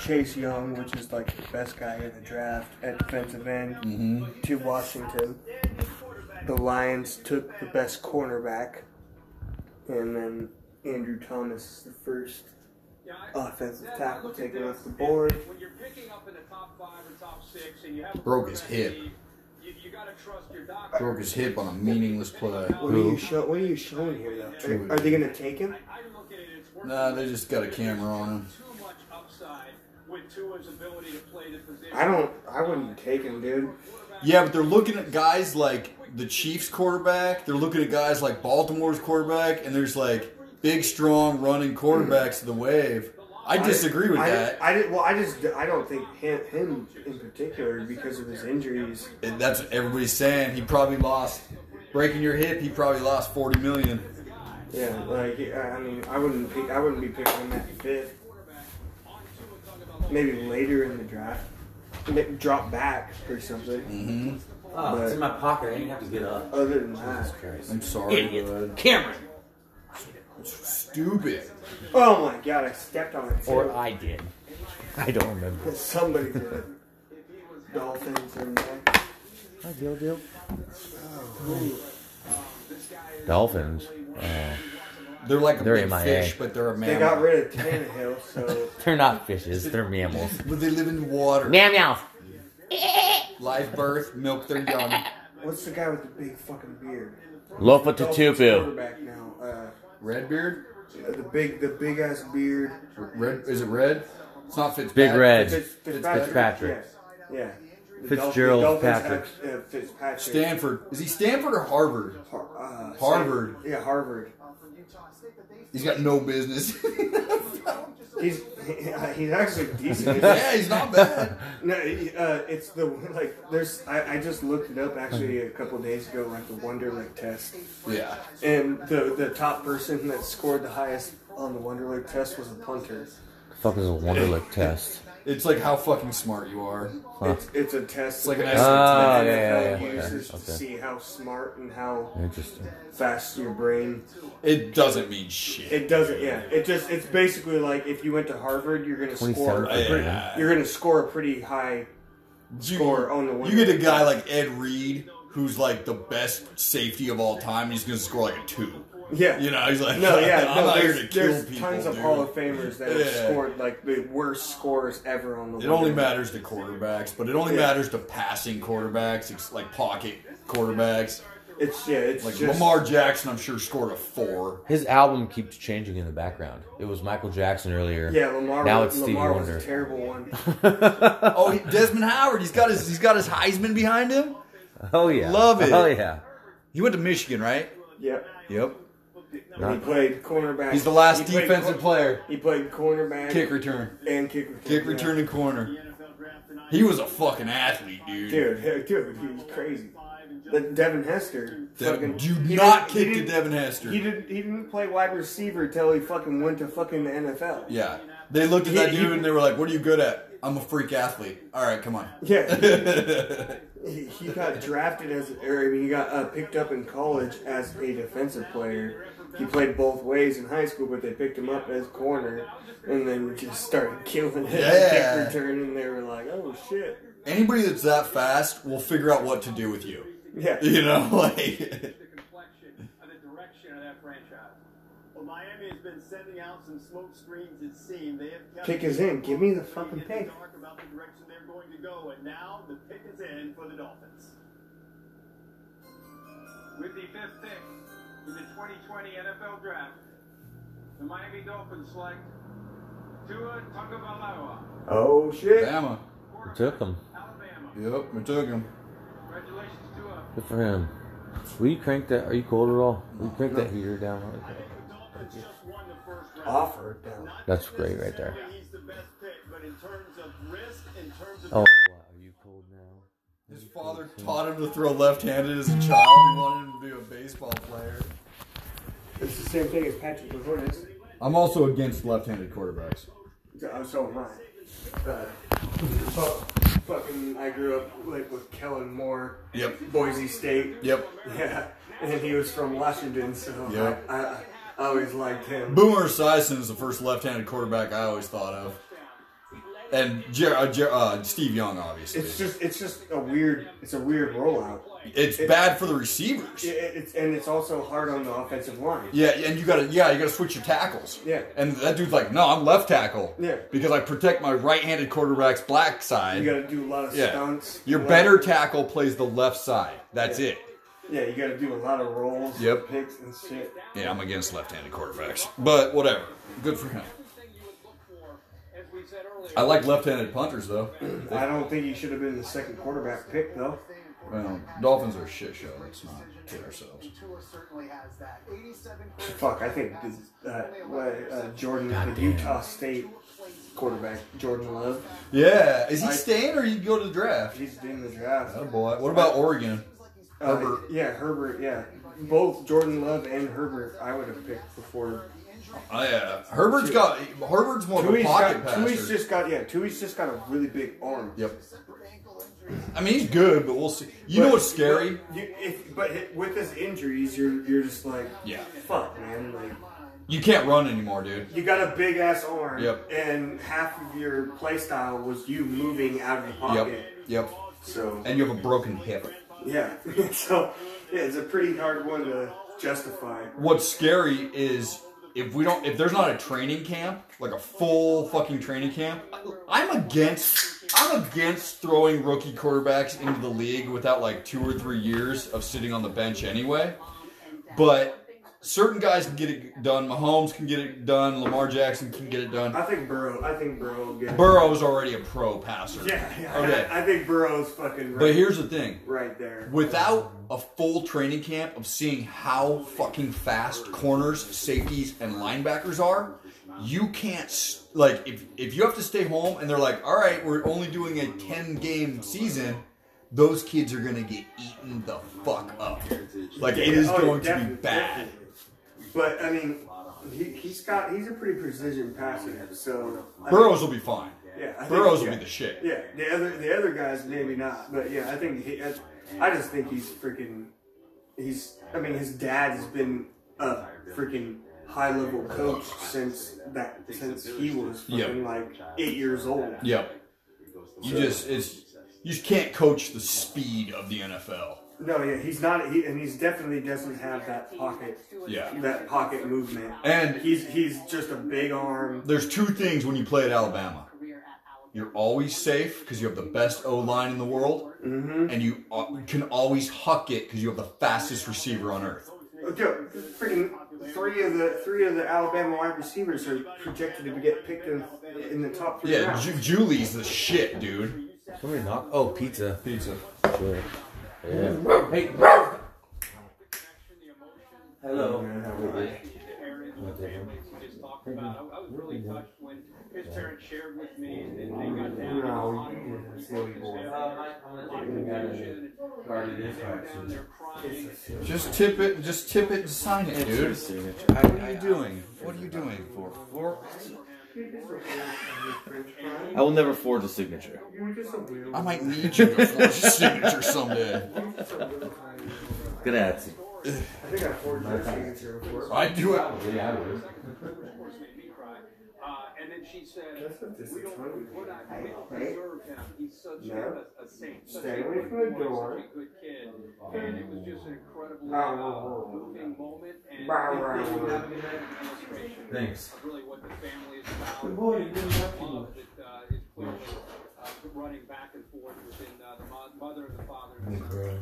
Chase Young, which is like the best guy in the draft at defensive end, to Washington. The Lions took the best cornerback, and then Andrew Thomas is the first offensive tackle taken off the board. When you're picking up in the top five or top six and you have a Broke his quarterback hip. lead, You, you gotta trust your doctor. Broke his hip on a meaningless play. What are you show, What are you showing here, though? Are, are they gonna take him? I look at it, it's worth Nah, they just got a camera on him. too much upside with Tua's ability to play the position. I don't. I wouldn't take him, dude. Yeah, but they're looking at guys like the Chiefs quarterback. They're looking at guys like Baltimore's quarterback, and there's like big, strong, running quarterbacks of the wave. I disagree with I, that. I, did- well, I just I don't think him, him in particular because of his injuries. And that's what everybody's saying. He probably lost breaking your hip. He probably lost forty million. Yeah, like I I mean, I wouldn't pick, I wouldn't be picking him at fifth. Maybe later in the draft, Ma- drop back or something. Oh, it's in my pocket. I didn't have to get up. Other than that, I'm sorry, Idiot. bud. Cameron. Stupid. oh my god, I stepped on it. Or too. I did. I don't remember. Somebody did it. Dolphins in there. Hi, Dill Dill. Dolphins. Oh. They're like a They're big MIA. fish, but they're a They got mammal. rid of Tannehill, so They're not fishes. They're mammals. But they live in the water. Meow meow. Live birth, milk their young. what's the guy with the big fucking beard? Lofa Dolphins Tatupu. Quarterback now. Uh, Redbeard. the big, the big ass beard. Red is it red? It's not Fitzpatrick. Big Red. Fitz, Fitzpatrick. Fitzpatrick. Yeah. yeah. The Fitzgerald Dolphins- the Patrick. Dolphins have, uh, Fitzpatrick. Stanford. Is he Stanford or Harvard? Har- uh, Harvard. yeah, Harvard. He's got no business. He's he's actually decent. yeah, he's not bad. no, he- uh, it's the like there's I, I just looked it up actually a couple days ago like the Wonderlic test Yeah. and the the top person that scored the highest on the Wonderlic test was a punter. Fuck is a Wonderlic test. It's like how fucking smart you are. It's, it's a test. It's like an that essay Oh, the yeah, yeah, NFL yeah. uses Okay, to okay. see how smart and how Interesting. fast your brain It doesn't mean shit. It doesn't. Yeah. It just. It's basically like if you went to Harvard, you're gonna score. 27. A pretty, Yeah. You're gonna score a pretty high. You- score on the You winner. get a guy like Ed Reed, who's like the best safety of all time. He's gonna score like a two. Yeah. You know, he's like, No. Yeah. I'm no, not here there's to kill there's people. tons of dude. Hall of Famers that have Yeah. scored like the worst scores ever on the. It only Wonderlic. matters to quarterbacks, but it only Yeah. matters to passing quarterbacks, ex- like pocket quarterbacks. It's yeah. It's Like just, Lamar Jackson, I'm sure scored a four. His album keeps changing in the background. It was Michael Jackson earlier. Yeah. Lamar. Now was- it's Stevie Lamar was Wonder. a terrible one. Oh, he- Desmond Howard, he's got his he's got his Heisman behind him. Oh yeah. Love it. Oh yeah. He went to Michigan, right? yep. Yep. And he Not- played cornerback. He's the last He played defensive cor- player. He played cornerback Kick return. and kick return. Kick yeah. return and corner. He was a fucking athlete, dude. Dude, hey, dude, he was crazy. That Devin Hester. fucking- Devin, do he not didn't- he kick to didn't- Devin Hester. He didn't. He didn't play wide receiver till he fucking went to fucking the NFL. Yeah. They looked at that He- dude he- and they were like, What are you good at? I'm a freak athlete. All right, come on. Yeah. he, he got drafted as, or I mean, he got uh, picked up in college as a defensive player. He played both ways in high school, but they picked him up as corner, and then just started killing him. Yeah. Kick return, and they were like, "Oh shit." Anybody that's that fast will figure out what to do with you. Yeah. You know, like The complexion of the direction of that franchise. Well, Miami has been sending out some smoke screens, it seemed. They have kept Pick is in. Give me the fucking in the pick. dark about the direction they're going to go, and now the pick is in for the Dolphins. With the fifth pick in the 2020 NFL Draft, the Miami Dolphins select Tua Tagovailoa, Oh shit. Bama. We took him. Alabama. Yep, we took him. Congratulations, Tua. Good for him. Will you crank that? Are you cold at all? Will you crank that heater down? The Dolphins just won the first round. Offer down. That's great right there. Necessarily He's the best pick, but in terms of risk, in terms of Oh, wow. Are you cold now? His father taught him to throw left-handed as a child. He wanted him to be a baseball player. It's the same thing as Patrick Mahomes. I'm also against left-handed quarterbacks. So, uh, so am I. Uh, fu- fucking, I grew up like with Kellen Moore, Yep. Boise State. Yep. Yeah, and he was from Washington, so Yeah. I, I, I always liked him. Boomer Esiason is the first left-handed quarterback I always thought of. and Jer- uh, Jer- uh, Steve Young, obviously. It's just it's just a weird it's a weird rollout. It's it- bad for the receivers. It- It's and it's also hard on the offensive line. Yeah, and you gotta yeah, you gotta switch your tackles. Yeah. And that dude's like, no, I'm left tackle. Yeah. Because I protect my right handed quarterback's black side. You got to do a lot of yeah. stunts. Your a lot better Of, tackle plays the left side. That's Yeah. it. yeah, you got to do a lot of rolls. Yep. Picks and shit. Yeah, I'm against left handed quarterbacks. But whatever. Good for him. Everything you would look for, as we said earlier. I Oh. like left handed punters though. I don't think he should have been the second quarterback pick though. Well, Dolphins are a shit show. Let's not kid ourselves. Tua certainly has that. 87 Fuck, I think the, uh, uh, Jordan, the Utah State quarterback, Jordan Love, Yeah. Is he I- staying or you go to the draft? he's in the draft. Atta boy. What about Oregon? Uh, Herbert. yeah, Herbert. Yeah, both Jordan Love and Herbert, I would have picked before. Oh yeah. Herbert's got Herbert's more of a Tui's Oh, pocket got, passer. Tui's just got yeah. Tui's just got a really big arm. Yep. I mean, he's good, but we'll see. You know But- what's scary? But, you, if, but hi- with his injuries, you're you're just like, Yeah. fuck, man. Like You can't run anymore, dude. you got a big ass arm, Yep. and half of your play style was you moving out of the Yep. pocket. Yep. So And you have a broken hip. yeah, so yeah, it's a pretty hard one to justify. What's scary is if we don't, if there's not a training camp, like a full fucking training camp, I'm against, I'm against throwing rookie quarterbacks into the league without like two or three years of sitting on the bench anyway. But certain guys can get it done. Mahomes can get it done. Lamar Jackson can get it done. I think Burrow. I think Burrow. will get- Burrow's already a pro passer. Yeah, yeah. Okay. I, think Burrow's fucking right, But here's the thing. right there. Without a full training camp of seeing how fucking fast corners, safeties, and linebackers are, you can't s- like if if you have to stay home and they're like, all right, we're only doing a ten game season. Those kids are gonna get eaten the fuck up. Like it is Yeah, oh, going to be definitely, bad. definitely. But I mean, he, he's got he's a pretty precision passer. So I Burrows will be fine. think- yeah, I think- Burrows yeah. will be the shit. Yeah, the other the other guys maybe not, but yeah, I think he, I, I just think he's freaking. He's I mean his dad has been a freaking high level coach since that since he was fucking Yeah. like eight years old. Yep. You just it's you just can't coach the speed of the NFL. No, yeah, he's not, he, and he's definitely doesn't have that pocket Yeah. that pocket movement. And- he's he's just a big arm. There's two things when you play at Alabama. You're always safe because you have the best O line in the world, and you al- can always huck it because you have the fastest receiver on earth. Okay, Oh, freaking three of the three of the Alabama wide receivers are projected to get picked in, in the top three Yeah, rounds. Ju- Julie's the shit, dude. Somebody knock. Oh, pizza. Pizza. Sure. Yeah. Hello. What the hell? Just talked about. I, I was really touched when his parents shared with me, and they got down. No, you- and you're a silly boy. Just tip it. Just tip it and sign it, dude. What are you doing? What are you doing for? for I will never forge a signature. You're just a weirdo. I might need you to forge a signature someday. Grazie. I think I forged your signature before. I do it. Yeah, I would. Uh, And then she said, That's what this "We is don't. We're not. We don't deserve him. He's such No. a, a saint. Such Stay a away good from the boy, door. Such a good kid. And it was just an incredible Wow, uh, wow, wow. moving moment. And Wow, it- it wow, was wow. a good illustration Thanks. of really what the family is about. Good boy, you and really the have to love that uh, is clearly uh, running back and forth within uh, the mo- mother and the father. And the son.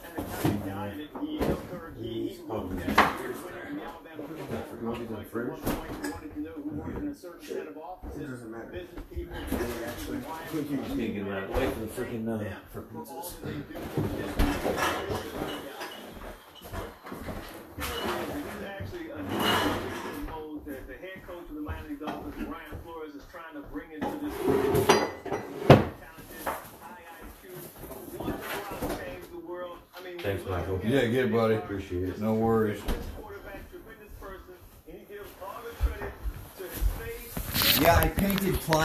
And the kind of guy that he is, or he, he looked at, he was winning the Alabama football Forgot it in the Like, at fridge. one point, he wanted to know who worked in a certain set of offices, It doesn't matter. business people, actually, why, I'm gonna get that away from the freaking uh, for for pizza. all that they do. for business. There's actually a new that the head coach of the Miami Dolphins, Brian Flores, is trying to bring into this talented, high IQ, one around change the world. I mean, when Thanks, you look Michael. at Yeah, get it, buddy. Appreciate it. No worries. quarterback, tremendous person, and he gives all the credit to his face. Yeah, I painted. Pl-